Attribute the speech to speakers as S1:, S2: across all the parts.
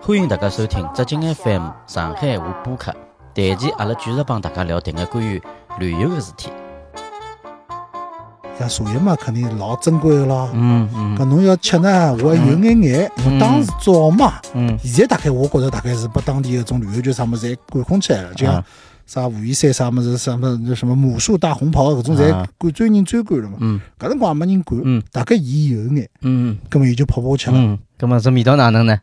S1: 欢迎大家收听浙江 FM 上海话播客。这一期阿拉继续帮大家聊点个关于旅游的事体。
S2: 像茶叶嘛，肯定老珍贵的咯。
S1: 嗯
S2: 搿
S1: 嗯
S2: 侬要吃呢，我还有眼眼。因为当时早嘛，
S1: 嗯
S2: 现在大概我觉着大概是把当地搿种旅游局啥物事侪管控起来了，就像
S1: 啊
S2: 啥武夷山啥物事，啥么什么母树大红袍搿种侪
S1: 啊
S2: 管专人专管了嘛。
S1: 嗯
S2: 搿辰光也没人管
S1: 嗯，
S2: 大概伊有眼，
S1: 嗯
S2: 葛末伊就跑跑吃了。
S1: 嗯，那么这味道哪能呢？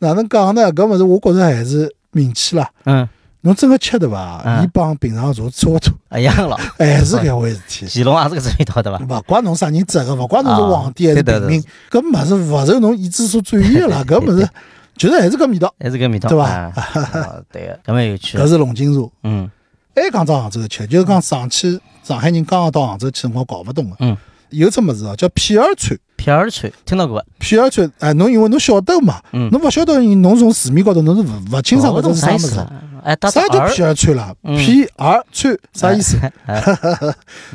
S2: 哪能讲呢？搿物事我觉着还是名气啦。
S1: 嗯，
S2: 侬真个吃对伐？
S1: 嗯
S2: 伊帮平常茶差勿多，
S1: 一样了，
S2: 还是搿回事体。
S1: 乾隆也是搿只味道 对伐？
S2: 勿怪侬啥人执个，勿怪侬是皇帝还
S1: 啊
S2: 是
S1: 对
S2: 平民，搿物事勿受侬意志所转移的啦，
S1: 对
S2: 搿
S1: 对
S2: 物事就是还是搿味道，
S1: 还是搿味道
S2: 对吧
S1: 伐？哦对个，搿蛮有趣的
S2: 搿。是龙井茶。
S1: 嗯
S2: 还讲到杭州去，就是讲上去上海人刚刚到杭州去辰光搞勿懂
S1: 嗯
S2: 个，有只物事哦，叫片儿川。
S1: 片儿川听到过伐？
S2: 片儿川，哎，侬因为侬晓得嘛，
S1: 嗯
S2: 侬勿晓得，侬从字面高头侬是勿勿清爽
S1: 搞不
S2: 搿
S1: 懂
S2: 只是啥
S1: 啥
S2: 物
S1: 意思
S2: 事。
S1: 啊？哎，打
S2: 啥
S1: 个
S2: 叫
S1: 儿
S2: 片儿川啦？
S1: 嗯
S2: 片儿川啥意思？？
S1: 哎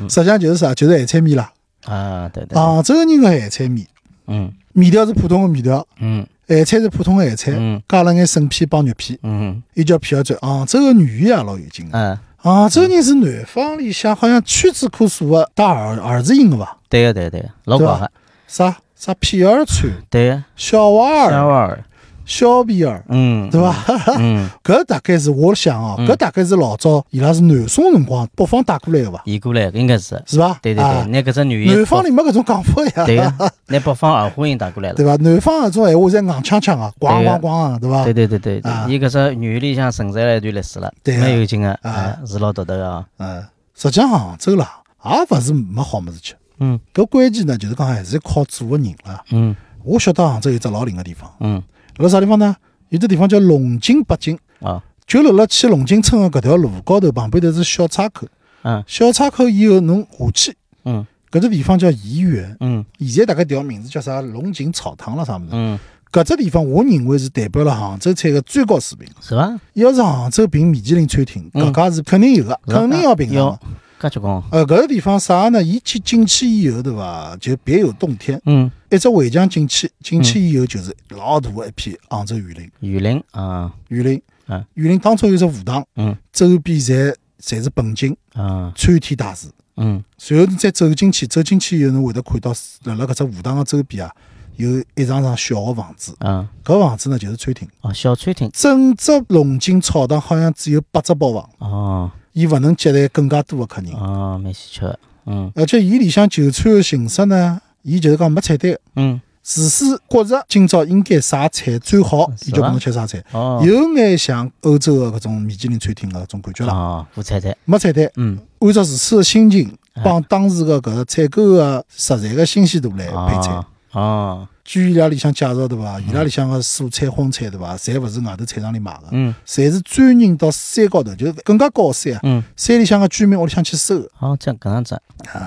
S2: 实际上就是啥，就是咸菜面啦。
S1: 啊，对对，对
S2: 杭州人个咸菜面，
S1: 嗯
S2: 面条是普通个面条，
S1: 嗯
S2: 咸菜是普通个咸菜，
S1: 嗯
S2: 加了眼笋片帮肉片。
S1: 嗯
S2: 伊叫皮尔嘴。杭州啊个语言也老有劲啊
S1: 嗯
S2: 个，
S1: 嗯，
S2: 杭州人是南方里向好像屈指可数个带儿儿子音个伐？
S1: 对个对个对个，老
S2: 对
S1: 搞
S2: 吧
S1: 哈，
S2: 啥啥皮尔川、
S1: 对个，
S2: 小娃
S1: 小
S2: 儿、
S1: 娃儿，
S2: 小皮儿，
S1: 嗯，
S2: 对伐？
S1: 嗯，
S2: 搿大概是我想哦，搿大概是老早伊拉是南宋辰光北方带过来个伐？
S1: 移过来应该是，
S2: 是伐？
S1: 对对对，
S2: 啊
S1: 拿搿只语言
S2: 南方里没搿种讲法呀，
S1: 对个，拿北方二胡音带过来了
S2: 对，伐？南方搿种闲话侪硬呛呛个，咣
S1: 对
S2: 咣
S1: 啊
S2: 咣个，对伐
S1: 对？对对对，
S2: 啊
S1: 对伊搿只语言里向承载了一段历史了，
S2: 对啊
S1: 蛮有劲个，
S2: 啊
S1: 哎是老独特个啊，
S2: 嗯，实际上杭州啦，也勿是没好物事吃。
S1: 嗯
S2: 搿关键呢，就是讲还是靠做个人啦。
S1: 嗯
S2: 我晓得杭州有只老灵个地方，
S1: 嗯，
S2: 辣啥地方呢？有只地方叫龙井八景，
S1: 哦，
S2: 就辣辣去龙井村个搿条路高头，旁边头是小岔口。
S1: 嗯
S2: 小岔口以后侬下去，
S1: 嗯
S2: 搿只地方叫怡园，
S1: 嗯
S2: 现在大概调名字叫啥龙井草堂了啥物事。
S1: 嗯，
S2: 搿只地方我认为是代表了杭州菜个最高水平。
S1: 是伐？
S2: 要是杭州评米其林餐厅，
S1: 嗯
S2: 搿家是肯定有个，
S1: 是吧
S2: 肯定要评上
S1: 要
S2: 的。
S1: 搿结棍，
S2: 呃，搿个地方啥呢？伊去进去以后，对伐？就别有洞天。
S1: 嗯，
S2: 一只围墙进去，进去以后就是老大的一片杭州园林，
S1: 雨林啊，
S2: 园林
S1: 嗯，
S2: 园林当中有只舞堂，
S1: 嗯
S2: 周边侪侪是本景，
S1: 啊
S2: 参天大树。
S1: 嗯
S2: 随后你再走进去，走进去以后，侬会得看到辣辣搿只舞堂个周边啊，有一幢幢小个房子，
S1: 啊
S2: 搿房子呢就是餐厅。
S1: 哦，小餐厅
S2: 整只龙井草堂好像只有八只包房，
S1: 哦。
S2: 伊勿能接待更加多个客人，
S1: 哦，蛮稀缺的。嗯
S2: 而且伊里向就餐个形式呢，伊就是讲没菜单个，
S1: 嗯，
S2: 厨师觉着今朝应该啥菜最好，
S1: 啊是
S2: 伊就
S1: 伐
S2: 帮侬吃啥菜。
S1: 哦，
S2: 有眼像欧洲的搿种米其林餐厅的搿种感觉啦，
S1: 哦，五彩菜，
S2: 没菜单，
S1: 嗯，
S2: 按照厨师的心情
S1: 啊，
S2: 帮当时的搿个采购啊的食材的新鲜度来配菜
S1: 哦。哦，
S2: 据伊拉里向介绍对伐？伊拉里向的蔬菜、荤菜对伐？侪勿是外头菜场里买的，
S1: 嗯
S2: 侪是专人到山高头，就是更加高的山啊，
S1: 嗯，
S2: 山里向的居民屋里向去收的，
S1: 哦，这样搿样子，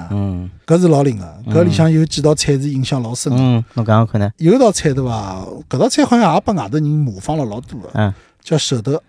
S1: 嗯
S2: 搿是老灵个。搿里向有几道菜是印象老深的。
S1: 嗯，侬讲讲看呢？
S2: 有一道菜对伐？搿道菜好像也被外头人模仿了老多个，
S1: 嗯，
S2: 叫舍得。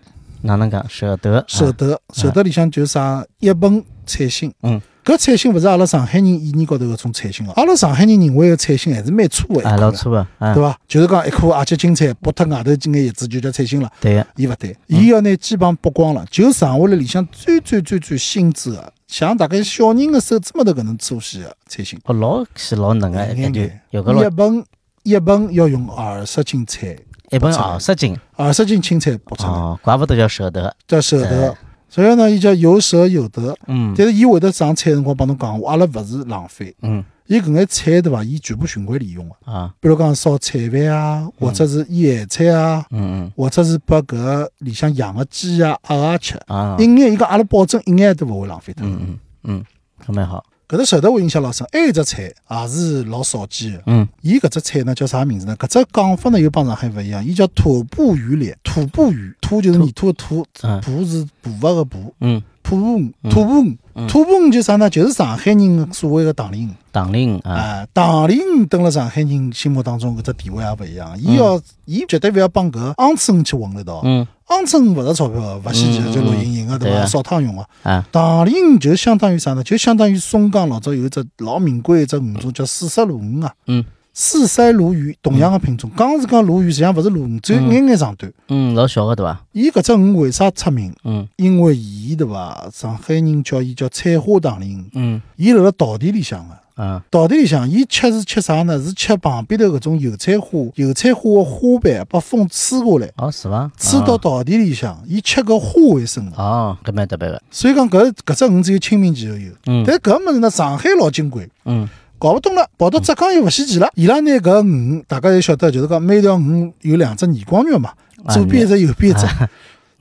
S1: 哪能讲？舍得，
S2: 舍
S1: 啊，
S2: 得，舍得里向就是啥一盆菜心。
S1: 嗯，
S2: 搿菜心勿是阿拉上海人意义高头搿种菜心哦，阿拉上海人认为个菜心还是蛮粗个一
S1: 啊，
S2: 颗
S1: 老
S2: 的，
S1: 粗啊，啊
S2: 对，伐？就是讲一哎啊颗阿级青菜剥脱外头几眼叶子就叫菜心了，
S1: 对个，
S2: 伊勿对，
S1: 嗯
S2: 伊要拿肩膀剥光了，就剩下来里向最最最最精致个，像大概小人个手指末头搿能粗细个菜心。
S1: 哦，老是老嫩个，感觉有个
S2: 一
S1: 老
S2: 盆一盆要用二十斤菜，
S1: 一本
S2: 出来
S1: 二十斤，
S2: 二十斤青菜剥出来，
S1: 哦，怪不得叫舍得，
S2: 叫舍
S1: 哎
S2: 得。所以呢，伊叫有舍有得。
S1: 嗯
S2: 但是伊会得上菜的辰光帮侬讲，阿拉勿是浪费，
S1: 嗯
S2: 伊搿眼菜对伐？伊全部循环利用个，
S1: 啊，
S2: 比如讲烧菜饭啊，或者是腌咸菜啊，
S1: 嗯
S2: 或者是拨搿里向养个鸡啊、鸭啊吃，
S1: 嗯啊，
S2: 一眼伊讲阿拉保证一眼都勿会浪费脱。
S1: 嗯嗯嗯，搿蛮好，
S2: 搿只舌头我印象老深，还有一只哎菜也是老少见个。
S1: 嗯
S2: 伊搿只菜呢叫啥名字呢？搿只讲法呢又帮上海勿一样，伊叫土步鱼脸。土步鱼，土就是泥土的土，
S1: 嗯
S2: 步是步伐个步，
S1: 嗯，
S2: 土步鱼土步鱼土步鱼就是啥呢？就是上海人的所谓个唐林鱼。
S1: 党令啊，
S2: 啊，唐林鱼蹲辣上海人心目当中搿只地位也勿一样，伊要伊绝对勿要帮搿鹌鹑去混了一道，
S1: 嗯
S2: 鹌鹑勿值钞票个，勿稀奇
S1: 嗯
S2: 个，就绿莹莹个对
S1: 对啊
S2: 伐？烧汤用个。
S1: 啊，
S2: 唐林鱼就相当于啥呢？就相当于松江老早有一只老名贵一只鱼种叫四色鲈鱼啊，
S1: 嗯
S2: 四鳃鲈鱼同样的品种，刚刚是讲鲈鱼，实际上勿是鲈鱼，只有一眼眼长短。
S1: 嗯，老小个对伐？
S2: 伊搿只鱼为啥出名？
S1: 嗯
S2: 因为伊对伐？上海人叫伊叫菜花糖林，
S1: 嗯
S2: 伊辣辣稻田里向个。
S1: 啊
S2: 稻田里向，伊吃是吃啥呢？是吃旁边头搿种油菜花，油菜花个花瓣被风吹下来，
S1: 哦是伐？
S2: 吹到稻田里向，伊吃搿花为生个。啊
S1: 哦，搿蛮特别个。
S2: 所以讲搿搿只鱼只有清明前后有，
S1: 嗯
S2: 但搿物事呢，上海老金贵。
S1: 嗯
S2: 搞不懂了，跑到浙江又勿稀奇了。伊拉拿搿鱼，大家侪晓得，就是讲每条鱼有两只耳光肉嘛，
S1: 啊
S2: 左边一只，右边一只。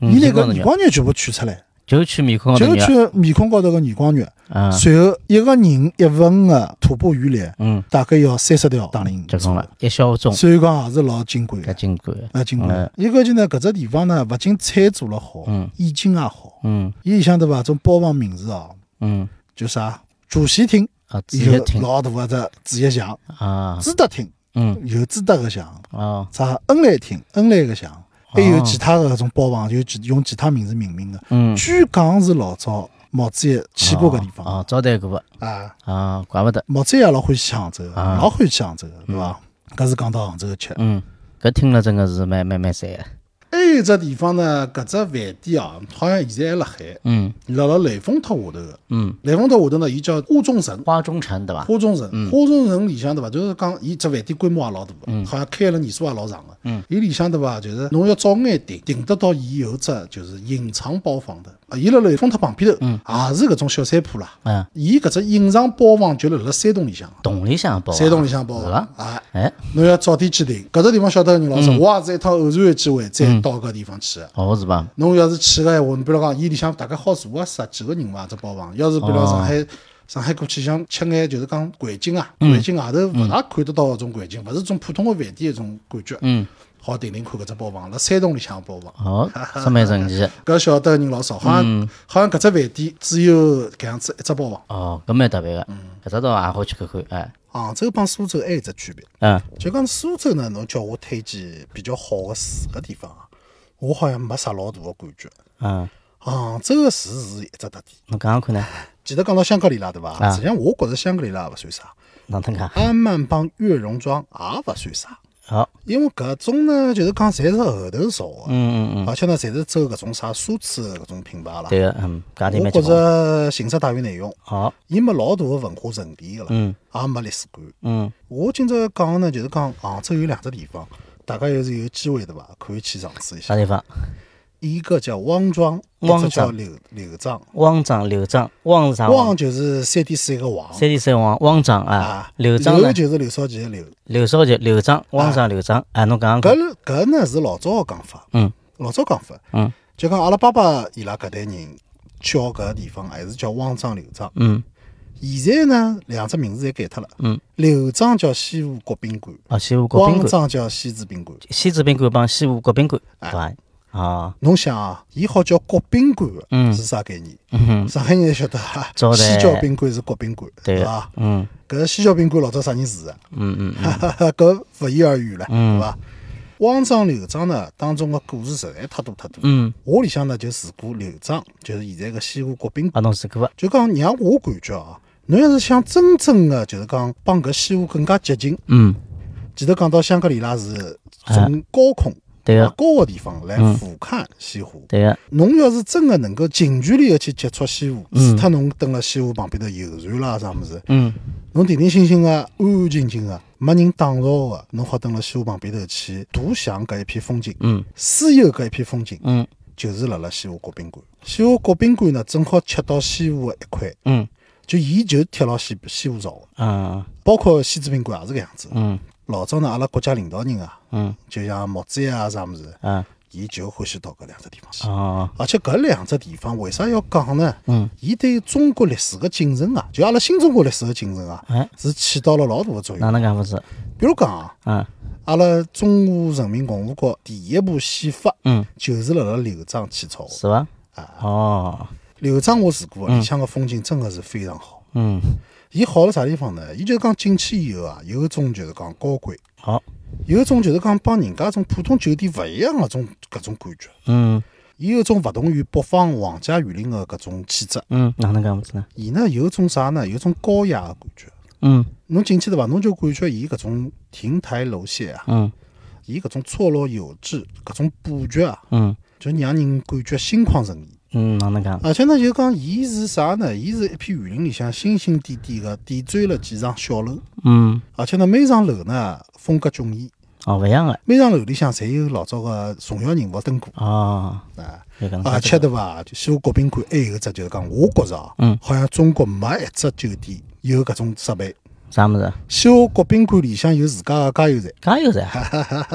S1: 嗯
S2: 伊拿
S1: 耳光
S2: 搿
S1: 肉
S2: 耳光肉全部取出来，
S1: 就去面孔高头
S2: 就
S1: 肉
S2: 取面孔高头个耳光肉，
S1: 啊，
S2: 随后一个人一份个徒步鱼类，
S1: 嗯，
S2: 大概要三十条打鳞。
S1: 结棍了，一小钟
S2: 所以讲也是老金贵
S1: 搿
S2: 的，
S1: 金贵。
S2: 啊金贵的
S1: 嗯。
S2: 一个就呢，搿只地方呢，勿仅菜做了好
S1: 嗯，
S2: 意境也好。
S1: 嗯
S2: 伊里向对伐？种包房名字哦，
S1: 嗯
S2: 叫啥？主席厅，
S1: 啊，仔
S2: 有
S1: 细听
S2: 老大个只主席像，
S1: 啊，
S2: 朱德厅
S1: 嗯
S2: 有朱德个像。
S1: 哦
S2: 啥恩来厅、恩来个像，还有其他的搿种包房，有其用其他名字命名的。
S1: 嗯，
S2: 据讲是老早毛主席去过搿地
S1: 哦
S2: 方
S1: 哦，招待过个
S2: 啊，
S1: 啊，怪不得。
S2: 毛主席也老欢喜杭州的，
S1: 啊
S2: 老欢喜杭州的，对伐？搿是讲到杭州的吃。
S1: 嗯，搿听了真个是蛮蛮蛮赞个。
S2: 还有一只地方呢，搿只饭店啊，好像现在还辣海，
S1: 嗯
S2: 辣辣雷峰塔下头个。
S1: 嗯，
S2: 雷峰塔下头呢，伊叫花中城。
S1: 花中城对伐？
S2: 花中城，
S1: 嗯
S2: 花中城里向对伐？就是讲，伊只饭店规模也老大个，好像开了年数也老长个。
S1: 嗯
S2: 伊里向对伐？就是侬要早眼订，订得到伊有只就是隐藏包房的，啊，伊辣雷峰塔旁边头，也是搿种小山铺啦。
S1: 嗯，
S2: 伊搿只隐藏包房就辣辣山洞里向，
S1: 洞里向包啊。
S2: 山洞里向包
S1: 是
S2: 房
S1: 伐？
S2: 啊。
S1: 哎，
S2: 侬要早点去订，搿只地方晓得个人老少，我也是一趟偶然的机会再到搿地方去的。
S1: 哦是伐？
S2: 侬要是去个闲话，侬比如讲，伊里向大概好坐啊十几个人伐，只包房。要是比如讲上海，上海过去想吃眼就是讲环境啊，环境外头勿大看得到搿种环境，勿是种普通个饭店一种感觉。
S1: 嗯，
S2: 好定定看搿只包房，辣山洞里向个包房。
S1: 哦，这蛮神奇。
S2: 搿晓得个人老少，好像好像搿只饭店只有搿样子一只包房。
S1: 哦，搿蛮特别个，
S2: 嗯
S1: 搿只倒也好去看看。哎，
S2: 杭州帮苏州还有一只区别，
S1: 嗯
S2: 就讲苏州呢，侬叫我推荐比较好个住个地方啊，我好像没啥老大个感觉。
S1: 嗯，
S2: 杭州个住是一只特点。
S1: 侬讲讲看呢？
S2: 记得讲到香格里拉对伐？
S1: 啊
S2: 实际上我觉着香格里拉也勿算啥，
S1: 哪能看？
S2: 安曼帮悦榕庄也勿算啥，
S1: 好，
S2: 因为搿种呢就是讲侪是后头造个，
S1: 嗯嗯嗯，
S2: 而且呢侪是走搿种啥奢侈的搿种品牌啦。
S1: 对个，嗯，价钿
S2: 我
S1: 蛮
S2: 觉
S1: 结棍。
S2: 着形式大于内容，
S1: 好，
S2: 伊没老大个文化沉淀个啦
S1: 嗯，
S2: 也没历史感。
S1: 嗯
S2: 我今朝讲呢就是讲杭州有两只地方，大家要是有机会对伐，可以去尝试一
S1: 啥
S2: 下。
S1: 地方？
S2: 一个叫汪庄，一
S1: 哎汪
S2: 只叫
S1: 庄
S2: 柳柳庄。
S1: 汪庄、柳庄，汪是啥
S2: 汪
S1: 汪？
S2: 就是三点水一个汪
S1: 三 D 三汪，汪庄
S2: 哦啊
S1: 啊，，柳庄呢？嗯
S2: 就是柳少奇个柳。
S1: 柳少奇、柳庄、汪庄、柳庄，哎，侬讲讲看。
S2: 搿搿呢是老早个讲法，
S1: 嗯
S2: 老早讲法，
S1: 嗯
S2: 就讲阿拉爸爸伊拉搿代人叫搿个地方还是叫汪庄柳庄。
S1: 嗯
S2: 现在呢，两只名字侪改脱了，
S1: 嗯，
S2: 柳庄叫西湖国宾馆，
S1: 哦，西湖国宾
S2: 汪
S1: 馆、
S2: 庄叫西子宾馆。
S1: 西子宾馆帮西湖国宾馆，
S2: 啊
S1: 对伐？哦，
S2: 侬想啊，伊好叫国宾馆
S1: 嗯
S2: 是啥概念？
S1: 嗯哼，
S2: 上海人侪晓得啊
S1: 招，待
S2: 西郊宾馆是国宾馆，
S1: 对
S2: 对
S1: 个
S2: 伐，？
S1: 嗯
S2: 搿西郊宾馆老早啥人住啊？
S1: 嗯嗯嗯，
S2: 哈哈哈， 搿勿言而喻了，
S1: 嗯
S2: 对伐？汪庄柳庄呢，当中个故事实在太多太多。
S1: 嗯，
S2: 我里向呢就住过柳庄，就是现在个西湖国宾
S1: 啊，
S2: 馆。
S1: 侬是搿个，
S2: 就讲让我感觉啊，侬要是想真正的就是讲帮搿西湖更加接近，
S1: 嗯，
S2: 前头讲到香格里拉是从高空
S1: 对嗯
S2: 往
S1: 个，
S2: 高个地方来俯瞰西湖。
S1: 对个，
S2: 侬要是真的能够近距离的去接触西湖，除脱侬蹲辣西湖旁边头游船啦啥物事，
S1: 嗯
S2: 侬定定心心的、安安静静的，没人打扰的，侬好蹲辣西湖旁边头去独享搿一片风景，
S1: 嗯
S2: 私有搿一片风景，
S1: 嗯
S2: 就是辣辣西湖国宾馆。西湖国宾馆呢，正好切到西湖的一块，
S1: 嗯
S2: 就伊就贴牢西西湖造的，
S1: 啊
S2: 包括西子宾馆也是搿样子。
S1: 嗯
S2: 老早呢，阿拉国家领导人啊，
S1: 嗯
S2: 就像毛主席啊啥物事，
S1: 啊
S2: 伊就欢喜到搿两只地方去。
S1: 哦
S2: 而且搿两只地方为啥要讲呢？
S1: 嗯，
S2: 伊对中国历史的进程啊，就阿拉新中国历史的进程啊，
S1: 哎，嗯
S2: 是起到了老大的作
S1: 哪
S2: 用。
S1: 能讲法子？
S2: 比如讲啊，
S1: 啊
S2: 阿拉中华人民共和国第一部宪法
S1: 嗯，
S2: 就是辣辣柳庄起草的。
S1: 是伐？
S2: 啊
S1: 哦
S2: 柳庄我住过，啊里向个风景真的是非常好。
S1: 嗯
S2: 伊好了啥地方呢？伊就是讲进去以后啊，有一种就是讲高贵，
S1: 好
S2: 有一种就是讲帮人家种普通酒店勿一样个种搿种感觉，
S1: 嗯
S2: 伊有一种勿同于北方皇家园林个搿种气质。
S1: 嗯，哪能讲法子呢？
S2: 伊呢有一种啥呢？有一种高雅个感觉，
S1: 嗯
S2: 侬进去对伐？侬就感觉伊搿种亭台楼榭啊，
S1: 嗯
S2: 伊搿种错落有致，搿种布局啊，
S1: 嗯
S2: 就让人感觉心旷神怡。
S1: 嗯，哪能讲？
S2: 而且呢，就讲伊是啥呢？伊是一片园林里向星星点点个点缀了几幢小楼，
S1: 嗯，
S2: 而且呢，每幢楼呢风格迥异，
S1: 哦，勿一样的
S2: 每幢楼里向侪有老早个重要人物登过
S1: 哦，
S2: 啊。
S1: 有搿能
S2: 而
S1: 介
S2: 且对伐？就西湖国宾馆还有一只，就是讲我觉着啊，
S1: 嗯
S2: 好像中国没一只酒店有搿种设备。
S1: 啥物事？
S2: 西湖国宾馆里向有自家个加油站，
S1: 加 油站，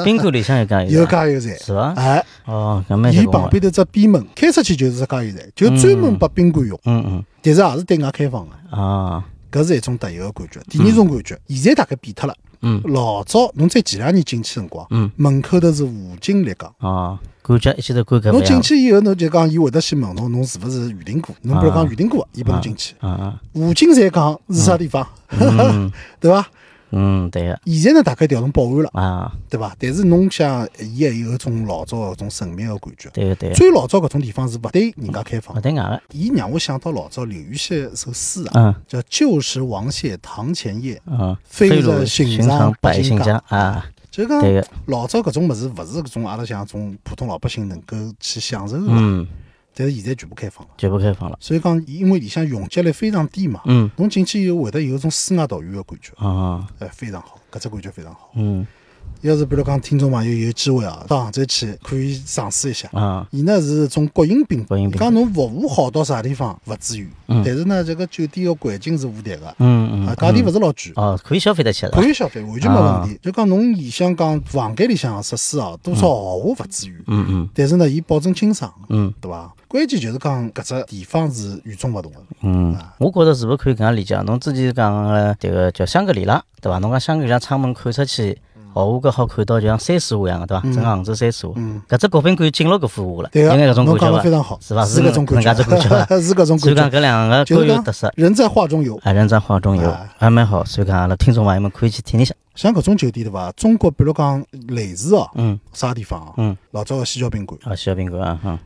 S1: 宾馆里向有加油
S2: 有
S1: 站，
S2: 加油站，
S1: 哎是伐？
S2: 哎，
S1: 哦，搿蛮结
S2: 伊
S1: 棍
S2: 旁
S1: 的。
S2: 边头只边门开出去就是只加油站，就专门拨宾馆用，
S1: 嗯
S2: 但是也是对外开放个。
S1: 嗯啊，
S2: 搿是一种特有个感觉。第二种感觉，现在大概变脱了。
S1: 嗯，
S2: 老早侬再前两年进去辰光，
S1: 嗯，
S2: 门口头是武警立岗。
S1: 哦，感觉一记头感觉勿
S2: 侬
S1: 一样
S2: 进。去以后，侬就讲伊会得先问侬，侬是勿是预定过？侬比如讲预定过伐，伊拨侬进去。
S1: 啊 啊，
S2: 武警侪讲是啥地方，
S1: 嗯
S2: 对伐？
S1: 嗯，对个
S2: 现在呢，大概调成保安了，
S1: 啊，
S2: 对伐？但是侬想，伊还有一种老早搿种神秘个感觉。
S1: 对个啊对个，
S2: 最老早搿种地方是勿对人家开放
S1: 勿
S2: 的，
S1: 对外个。
S2: 伊让我想到老早刘禹锡一首诗啊，
S1: 嗯
S2: 叫“旧时王谢堂前燕”，
S1: 嗯，
S2: 飞
S1: 飞
S2: 入
S1: 入
S2: 寻
S1: 寻
S2: 常
S1: 常
S2: 百
S1: 百
S2: 姓
S1: 姓
S2: 家
S1: 家啊，
S2: 就讲
S1: 对个。
S2: 老早搿种物事勿是搿种阿拉像种普通老百姓能够去享受的，
S1: 嗯，
S2: 但是现在全部开放了，
S1: 全部开放了。
S2: 所以讲因为里向容积率非常低嘛，
S1: 嗯
S2: 侬进去以后会得有一种世外桃源的感觉，
S1: 啊，
S2: 哎，非常好，搿只感觉非常好。
S1: 嗯
S2: 要是比如讲听众朋友有机会啊，到杭州去可以尝试一下。
S1: 啊，
S2: 伊呢是种国营宾
S1: 国
S2: 馆
S1: 营，宾馆
S2: 讲侬服务好到啥地方勿至于，
S1: 嗯
S2: 但是呢，这个酒店的环境是无敌的，
S1: 嗯
S2: 啊，
S1: 嗯，啊
S2: 价钿勿是老贵，
S1: 哦，可以消费得起的。
S2: 可以消费，完全没问题。就讲侬里向讲房间里向的设施啊，多少豪华勿至于，
S1: 嗯嗯
S2: 但是呢，伊保证清爽，
S1: 嗯
S2: 对伐？关键就是讲搿只地方是与众勿同的。
S1: 嗯，我觉着是勿是可以搿样理解？侬之前讲个迭个叫香格里拉，对伐？侬讲香格里拉窗门看出去，豪华个好看到就像山水画一样的，对伐？整个杭州山水画。搿只国宾馆进入搿幅画了，
S2: 对
S1: 应
S2: 个
S1: 该搿，种
S2: 侬
S1: 感觉
S2: 讲得
S1: 伐？
S2: 非常好，
S1: 是伐？
S2: 是搿种感
S1: 搿种感觉伐？
S2: 觉， 是搿种
S1: 所以讲
S2: 感觉，
S1: 搿两个
S2: 就
S1: 各
S2: 是
S1: 有
S2: 讲
S1: 特色，
S2: 人在画中游。
S1: 啊，人在画中有，还蛮好。所以讲阿拉听众朋友们可以去听一下。
S2: 像搿种酒店对伐？中国比如讲类似哦，
S1: 嗯
S2: 啥地方啊？
S1: 嗯，
S2: 老早个西郊宾馆，
S1: 啊，小宾馆啊，嗯，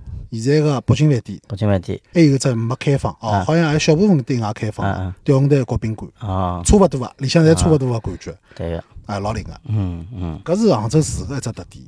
S2: 现在个北京饭店，
S1: 北京饭店
S2: 还有一只没开放哦，
S1: 啊
S2: 好像还有小部分对外开
S1: 啊
S2: 放
S1: 啊，
S2: 吊红台国宾馆，
S1: 啊，
S2: 差勿多啊，里向侪差勿多个感觉，
S1: 对个，
S2: 啊，老灵个。
S1: 嗯嗯
S2: 搿是杭州市个一只特点。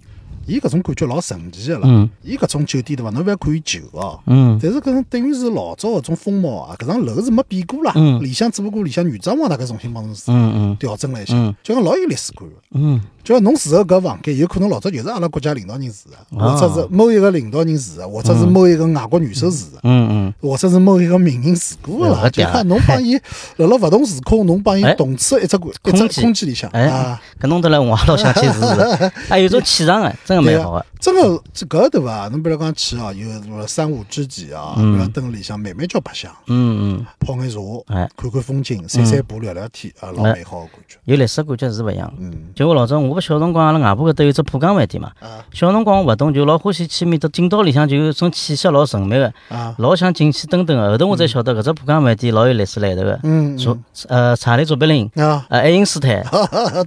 S2: 伊搿种感觉老神奇个啦
S1: 嗯，
S2: 伊搿种酒店对伐？侬勿要看伊旧哦，
S1: 嗯
S2: 但是搿种等于是老早搿种风貌啊，搿幢楼是没变过啦，里向只不过里向女装潢大概重新帮啊侬
S1: 嗯
S2: 调整了一下
S1: 嗯，
S2: 就讲老有历史感个。啊
S1: 嗯
S2: 就讲侬住个搿房间，有可能老早就是阿拉国家领导人住个，
S1: 啊
S2: 或者是某一个领导人住个，或者是某一个外国元首住个。
S1: 嗯嗯
S2: 或者是某一个名人住过个
S1: 有
S2: 啦，
S1: 个
S2: 就
S1: 点
S2: 看侬 帮伊辣辣勿同时空，侬帮伊
S1: 哎
S2: 同处一只一
S1: 空
S2: 只
S1: 间
S2: 空间里向
S1: 嗯，哎，，
S2: 啊
S1: 搿弄得来我也老想去试试，哎，有种气场哎，真个
S2: 对
S1: 蛮
S2: 啊
S1: 好个。
S2: 真个这搿对伐？侬比如讲去哦，有什么三五知己啊，比如蹲里向慢慢叫白相，
S1: 嗯嗯，
S2: 泡眼茶
S1: 哎，
S2: 看看风景，散散步，聊聊天，啊，老
S1: 哎
S2: 美好个感觉。
S1: 有历史感觉是勿一样。
S2: 嗯，
S1: 就我老早，我不小辰光，阿拉外婆搿搭有只浦江饭店嘛。
S2: 啊
S1: 小辰光我勿懂，就老欢喜去面搭进到里向，就有种气息老神秘个，
S2: 啊，
S1: 老想进去蹲蹲个。后头我才晓得，搿只浦江饭店老有历史来头个。
S2: 嗯
S1: 卓呃查理卓别林、
S2: 嗯啊，
S1: 呃爱因斯坦、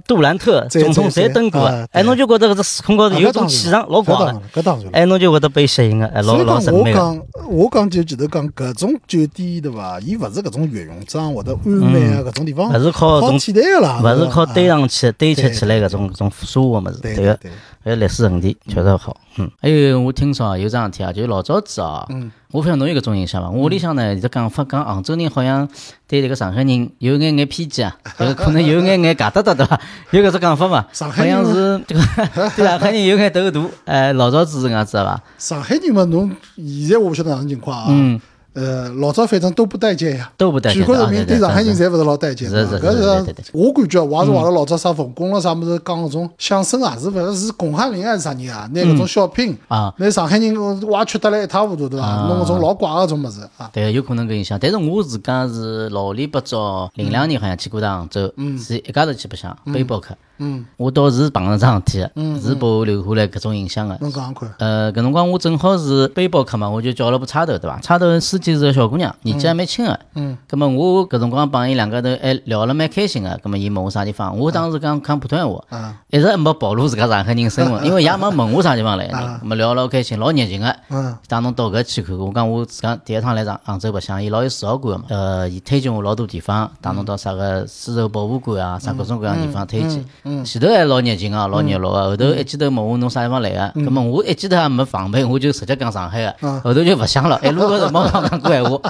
S1: 杜兰特
S2: 这
S1: 总统
S2: 这
S1: 侪登过
S2: 这啊
S1: 个。哎，
S2: 对
S1: 侬就觉得搿只时空高头
S2: 啊
S1: 有
S2: 搿当
S1: 种
S2: 然
S1: 气
S2: 了
S1: 场老
S2: 搿
S1: 广
S2: 当
S1: 个
S2: 然，了，搿当然了。
S1: 哎，侬就会得被吸引个，哎，老
S2: 所以
S1: 老神
S2: 讲，我
S1: 秘个。
S2: 讲，我讲就前头讲，搿种酒店对伐？伊勿是搿种月容庄或者安排
S1: 嗯
S2: 啊，搿种地方，
S1: 勿是靠
S2: 好
S1: 种
S2: 简单个啦，
S1: 勿哦是靠
S2: 啊
S1: 堆上去、堆砌
S2: 对
S1: 起来搿种搿种奢华物事，
S2: 对
S1: 个，
S2: 对，
S1: 还有历史痕迹，确实好。嗯，还有我听说有桩事体啊，就是老早子啊，
S2: 嗯
S1: 我勿晓得侬有搿种印象伐？我屋里向呢有只讲法，讲杭州人好像对迭个上海人有眼眼偏 见啊，迭个可能有眼眼疙瘩瘩对伐？有搿只讲法伐？
S2: 上
S1: 好
S2: 海人
S1: 像 是这个对啊上海人有眼斗大，哎，老早子是搿样子的伐？
S2: 上海人嘛，侬现在我勿晓得哪能情况啊。嗯。呃，老早反正都不待见呀，
S1: 都不待见
S2: 全国人民
S1: 啊对
S2: 对
S1: 对
S2: 上海人
S1: 对
S2: 侪勿是老待见的。
S1: 是是是
S2: 搿
S1: 对对对嗯
S2: 我感觉啊我也是忘了老早啥冯巩了啥物事，讲搿种相声啊，是勿是是巩汉林还是啥人啊？拿搿种小品
S1: 啊，
S2: 拿上海人歪曲得来一塌糊涂，对伐？弄搿种老怪搿种物事啊。
S1: 对，有可能搿影响。但是我自家是老里八早零两年好像去过趟杭州，是一家头去白相背包客。
S2: 嗯，
S1: 我倒是碰上桩事体，是拨我留下来搿种印象个。
S2: 侬讲讲看，
S1: 呃，搿辰光我正好是背包客嘛，我就叫了部差头，对伐？差头司天是个小姑娘，年纪还蛮轻个。
S2: 嗯，
S1: 葛么我搿辰光帮伊两家头还聊了蛮开心个。葛么伊问我啥地
S2: 嗯
S1: 方，我当时讲讲普通话，
S2: 啊，
S1: 一直没暴露自家上海人身 份，因为也没问我啥地方来的。葛么聊了老开心，老热情个。
S2: 嗯
S1: 带侬到搿去看看，我讲我自家第一趟来上杭州白相，伊老有自豪感个嘛。呃，伊推荐我老多地方，带侬到
S2: 嗯
S1: 啥个丝绸博物馆啊，啥各种各样地方推荐。
S2: 嗯
S1: 前头还老热情啊，老热络啊，后头一记头问我侬啥地方来个，
S2: 嗯
S1: 葛末我一记头也没防备，我就直接讲上海个，后头就勿想了，一哎路高头没讲讲过闲话，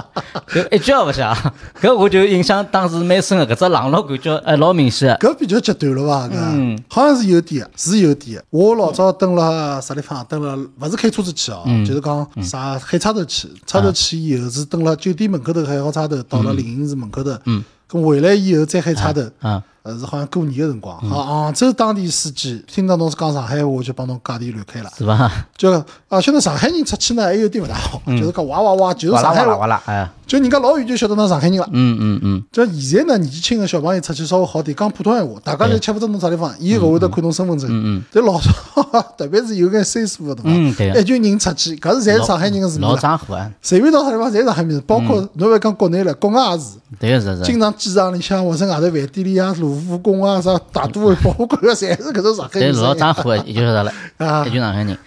S1: 就一句也勿想。搿我就印象当时蛮深个，搿只冷落感觉还老明显个。
S2: 搿比较极端了伐？
S1: 嗯
S2: 搿好像是有点的，是有点的。我老早蹲了啥地方？蹲了勿是开车子去哦，
S1: 嗯
S2: 就是讲啥海叉头去，叉头去以后是蹲了酒店门口头海好叉头，到了灵隐寺门口头，嗯，跟回来以后再海叉头，
S1: 嗯，
S2: 呃，是好像过年个辰光，好杭州当地司机听到侬是讲上海话，就帮侬价钿乱开了。
S1: 是伐？
S2: 就啊，现在上海人出去呢，还有点勿大好，就是讲哇哇哇，就是
S1: 哇啦
S2: 上
S1: 嗯哇
S2: 海
S1: 啦
S2: 话，
S1: 哇啦，哎，
S2: 就人家老远就晓得侬上海人了。
S1: 嗯嗯嗯，
S2: 就现在呢，年纪轻个小朋友出去稍微好点，讲普通闲话，大家侪吃勿着侬啥地方，
S1: 嗯
S2: 伊勿会得看侬身份证。嗯嗯。但老早， 特别是有眼岁数个辰
S1: 嗯对
S2: 光，
S1: 个
S2: 一群人出去，搿是侪是上海人个事体
S1: 老
S2: 啦。
S1: 张虎啊，
S2: 随便到啥地方侪是上海名字，包括侬勿要讲国内了，国外也是。
S1: 对个是是。
S2: 经常机场里向或者外头饭店里啊、卢浮宫啊、啥大 都会博物馆啊，侪是搿种上海
S1: 对
S2: 人。
S1: 老张虎也就晓得了，
S2: 啊
S1: 一群上海人。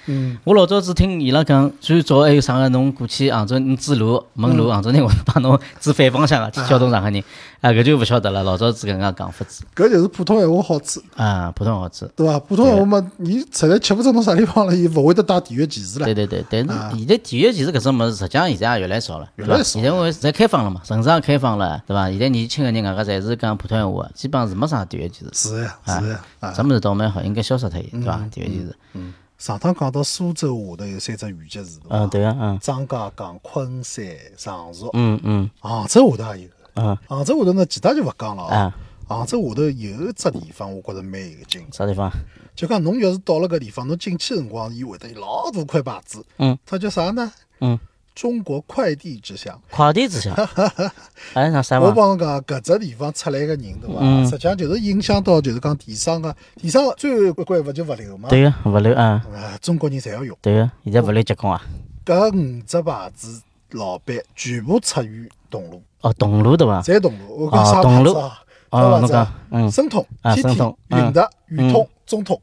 S1: 我老早子听伊拉讲，最早还有啥个侬过去杭州你指路问
S2: 嗯
S1: 路，杭州人会帮侬指反方向个，叫侬上海人，啊搿就勿晓得了。老早子搿能介讲法子
S2: 搿就是普通闲话好处，
S1: 啊，普通话子。
S2: 对伐？普通闲话嘛，你实在吃勿着侬啥地方了，伊勿会得带地域歧视了
S1: 对。对对，但是现在体育其实搿种物事，实际上现在也越来越少了，
S2: 啊越
S1: 对
S2: 来
S1: 伐？
S2: 越少
S1: 现在我侪开放了嘛，城市也开放了，对伐？现在年轻个人外加侪是讲普通话，基本上是没啥体育歧视。
S2: 是呀，是呀，啊。嗯
S1: 啥物事倒蛮好，应该消失脱伊，对伐？体育歧视。
S2: 上趟讲到苏州下头有三只雨节市，对伐
S1: 嗯，对个，嗯
S2: 张家港、昆山、常熟，
S1: 嗯嗯
S2: 杭州下头也有。
S1: 嗯，
S2: 杭州下头呢，其他就勿讲了啊
S1: 啊。
S2: 杭州下头有一只地方，我觉着蛮有劲。
S1: 啥地方？
S2: 就讲侬要是到了搿地方，侬进去辰光，伊会得有老大块牌子。
S1: 嗯，
S2: 它叫啥呢？
S1: 嗯，
S2: 中国快递之乡。
S1: 快递之 乡。哎，嗯那啥
S2: 我
S1: 嘛？
S2: 帮侬讲，搿只地方出来个人，对伐？实际上就是影响到，就是讲电商个，电商最后一关勿就物流嘛？
S1: 对个，物流啊，
S2: 啊，中国人侪要用。
S1: 对个，现在物流结棍啊。
S2: 搿五只牌子老板全部出于桐庐，
S1: 哦，桐庐对伐？
S2: 侪桐庐。我
S1: 啊
S2: 讲啥
S1: 桐
S2: 牌
S1: 庐
S2: 子啊？
S1: 哦
S2: 啥牌
S1: 侬
S2: 子啊
S1: 讲嗯
S2: 申通、
S1: 啊
S2: T
S1: 申
S2: T
S1: 通、嗯
S2: 永德、圆通、中通，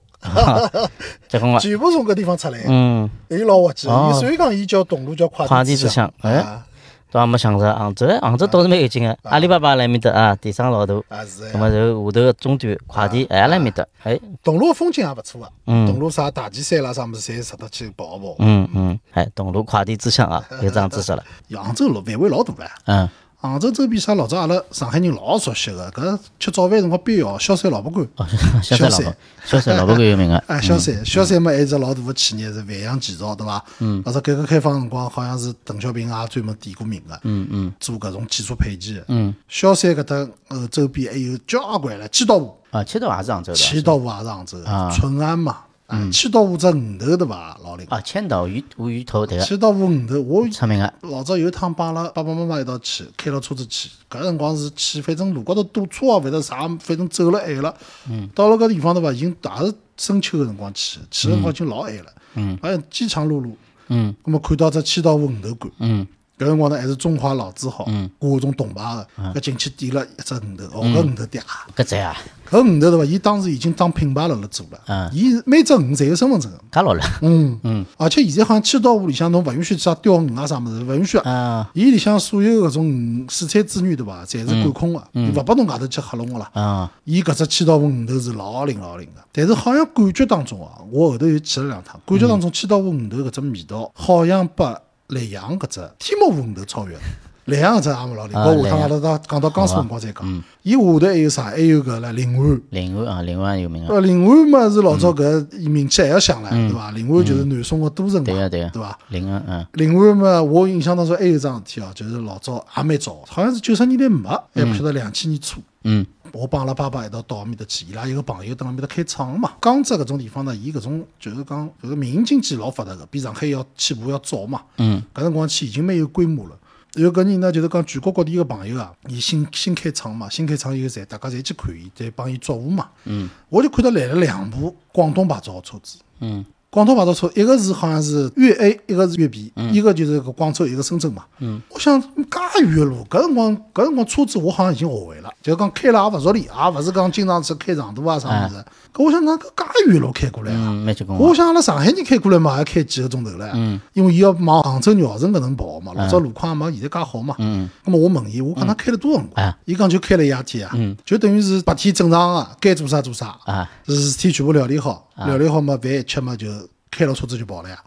S1: 结棍了。
S2: 全部从搿地方出来的，
S1: 啊嗯，
S2: 伊老滑稽的。
S1: 哦
S2: 伊所以讲，伊叫桐庐叫快
S1: 快
S2: 递
S1: 递之乡哎
S2: 啊
S1: 倒也没想着杭州，杭州倒是蛮有劲个，阿里巴巴来面搭啊，电商老大。
S2: 啊是的
S1: 那么然后下头个终端快递也来面搭，哎，
S2: 桐庐的风景也勿错啊。
S1: 嗯
S2: 桐庐啥大旗山啦啥物事，侪值得去跑一跑。
S1: 嗯嗯，哎，桐庐快递之乡啊，有这样知识了。
S2: 杭州老范围老大唻。
S1: 嗯，
S2: 杭州周边啥老早阿拉上海人老熟悉个，搿吃早饭辰光必要萧山老婆馆。
S1: 哦， 萧山老
S2: 萧山
S1: 婆，萧山老婆最有名个。
S2: 啊，萧山，萧山嘛，还有一只老大个企业是万阳建造，对伐？嗯，那时候改革开放辰光，好像是邓小平也啊专门点过名个。嗯嗯，做搿种建筑配件的。嗯，萧山搿搭呃周边还有交关了，千岛湖，
S1: 啊，七道也是杭州的。
S2: 千岛湖也是杭州的，淳安嘛，啊，千岛湖只鱼头对伐？老灵，
S1: 啊，千岛鱼无鱼头对个，
S2: 千岛湖鱼头，我
S1: 出名个。啊
S2: 老早有一趟帮阿拉爸爸妈妈一道去，开了车子去，搿辰光是去，反正路高头堵车啊，勿晓得啥，反正走了晚了。嗯，到了搿地方对伐，已经也是深秋个辰光去，去个辰光已经老晚了。嗯，哎，饥肠辘辘。
S1: 嗯，
S2: 葛末看到只千岛湖鱼头馆。
S1: 嗯，
S2: 搿辰光呢还是中华老字号，挂搿种铜牌个，搿进去点了一只鱼头，哦，搿鱼头嗲，
S1: 搿只啊，
S2: 搿鱼头对伐？伊当时已经当品牌辣辣做了
S1: 嗯，
S2: 伊每只鱼侪有身份证个。
S1: 介老了。
S2: 嗯嗯，而且现在好像千岛湖里向侬勿允许啥钓鱼啊啥物事，勿允许。
S1: 啊
S2: 伊里向所有搿种鱼水产资源对伐，侪是管控个，
S1: 嗯
S2: 伊勿拨侬外头去黑龙个啦。
S1: 啊，
S2: 伊搿只千岛湖鱼头是老灵老灵个，但是好像感觉当中啊，我后头又去了两趟，感觉当中千岛湖鱼头搿只味道好像把莱阳搿只天目湖鱼头超 越了。莱阳搿只也没老灵，
S1: 啊
S2: 我下
S1: 莱阳
S2: 趟阿
S1: 嗯
S2: 拉到讲到江苏辰光再讲。伊下头还有啥？还有搿啦临安。
S1: 临安啊，临安有名个。
S2: 呃，临安嘛是老早搿名气还要响唻，对伐？临安就是南宋个都城嘛，
S1: 嗯对个对啊
S2: 对
S1: 个
S2: 伐？
S1: 临安嗯。
S2: 临安嘛，我印象当中还有一桩事体哦，就是老早也蛮早，好像是九十年代末，还不晓得两千年初。
S1: 嗯
S2: 我帮阿拉爸爸一道到埃面搭去，伊拉有个朋友蹲辣埃面搭开厂嘛。江浙搿种地方呢，伊搿种就是讲就是民营经济老发达个，比上海要起步要早嘛。
S1: 嗯，
S2: 搿辰光去已经蛮有规模了。有搿人呢，就是讲全国各地个朋友啊，伊新新开厂嘛，新开厂以后，侪大家侪去看伊，再帮伊抓舞嘛。嗯，我就看到来了两部广东牌照个车子。
S1: 嗯，
S2: 广东牌照车，一个是好像是粤 A，一个是粤 B，一个就是个广州，一个深圳嘛。嗯，我想介远路，搿辰光搿辰光车子我好像已经学会了，就是讲开了也勿熟练，也勿是讲经常去开长途啊啥物事。搿我想哪搿介远路开过来啊？
S1: 嗯，蛮结棍啊。
S2: 我想阿拉上海人开过来嘛，也开几个钟头了。嗯，因为伊要往杭州绕城搿能跑嘛，老早路况也没现在介好嘛。嗯，咁么我问伊，我讲㑚开了多少辰光
S1: 哎？
S2: 伊讲就开了一夜天啊。就等于是白天正常个，该做啥做啥。
S1: 啊，
S2: 事体全部料理好，料理好嘛，饭一吃嘛就开了车子就跑了呀。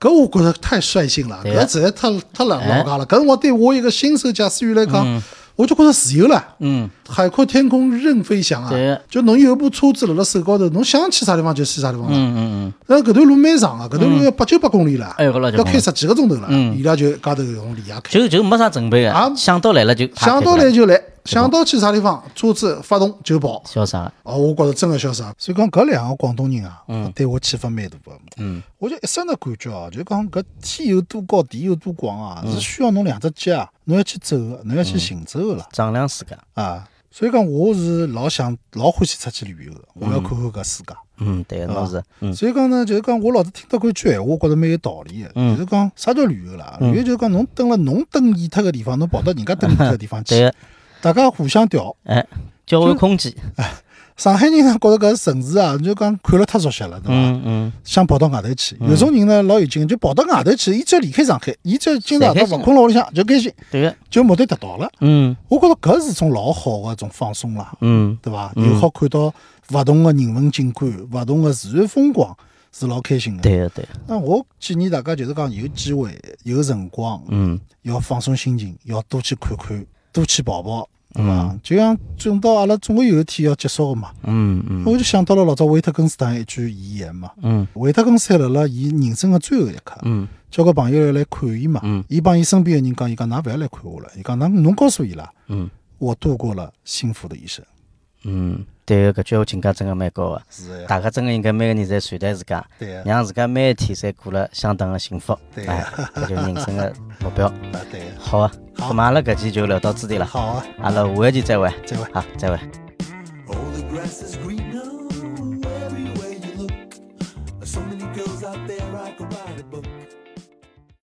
S2: 搿我觉着太率性了，
S1: 啊
S2: 搿实在太太老老
S1: 哎
S2: 家了。搿我对我一个新手驾驶员来讲，我就觉着自由了。
S1: 嗯，
S2: 海阔天空任飞翔啊
S1: 对！
S2: 就侬有一部车子辣辣手高头，侬想去啥地方就去啥地方了。
S1: 嗯嗯嗯，
S2: 那搿段路蛮长啊，搿段路要八九百公里了，
S1: 哎搿老结
S2: 要
S1: 棍
S2: 开十几个钟头了。
S1: 嗯
S2: 伊拉就家头用离亚 开，
S1: 就就没啥准备
S2: 啊
S1: 的，想到来了就啪
S2: 想
S1: 开
S2: 到
S1: 过来
S2: 来就来，想到去啥地方，车子发动就跑。
S1: 潇洒，
S2: 哦，我觉着真个潇洒。所以讲搿两个广东人啊，
S1: 嗯
S2: 对我启发蛮大个。嗯，我就一生的感觉哦，就讲搿天有多高，地有多广啊，
S1: 嗯
S2: 是需要侬两只脚啊，侬要去走个，侬要去行走个啦
S1: 丈量自家。
S2: 啊。所以讲，我是老想老欢喜出去旅游个，我要看看搿世界。
S1: 嗯，对，侬是，嗯
S2: 所以讲呢，就是讲我老是听到过一句闲话，我觉着蛮有道理的。
S1: 嗯
S2: 就是讲啥叫旅游啦？旅游就是讲侬蹲了侬蹲厌脱个地方，侬跑到人家蹲厌脱个地方
S1: 对
S2: 去
S1: 的，
S2: 大家互相调。
S1: 哎，交换空间，
S2: 上海人呢，觉着搿城市啊，就讲看了太熟悉了，对伐？
S1: 嗯嗯，
S2: 想跑到外头去。有种人呢，老有劲，就跑到外头去，伊只要离开上海，伊只要今朝
S1: 啊
S2: 夜到勿困了屋里向就开心，
S1: 对的，
S2: 就目的达到了。
S1: 嗯
S2: 我觉着搿是种老好个一种放松啦，
S1: 嗯，
S2: 对伐？又好看到勿同个人文景观、勿同个自然风光，是老开心个。
S1: 对的啊对的，
S2: 那我建议大家就是讲有机会、有辰光，
S1: 嗯
S2: 要放松心情，要多去看看，多去跑跑，对伐？就像总到阿拉总归有一天要结束个嘛。
S1: 嗯嗯
S2: 我就想到了老早维特根斯坦一句遗言嘛，
S1: 嗯
S2: 维特根斯坦辣辣伊人生的最后一刻，
S1: 嗯
S2: 交个朋友来看伊嘛，伊帮伊身边的人讲，伊讲㑚勿要来看我了，伊讲㑚侬告诉伊拉，
S1: 嗯
S2: 我度过了幸福的一生。
S1: 嗯，对的，搿句话境界真个蛮高个，
S2: 是的呀，
S1: 大家真个应该每个人侪善待自家，
S2: 啊对呀，
S1: 让自家每一天侪过了相当的幸福，
S2: 对
S1: 哎，搿就是人生的目标。
S2: 啊对呀，
S1: 好啊，那么阿拉搿期就聊到此地了，
S2: 好啊，
S1: 阿拉下一期再会，
S2: 再会。
S1: 好，再会。
S3: Oh, the grass is greener everywhere you look. There's so many girls out there I could write a book.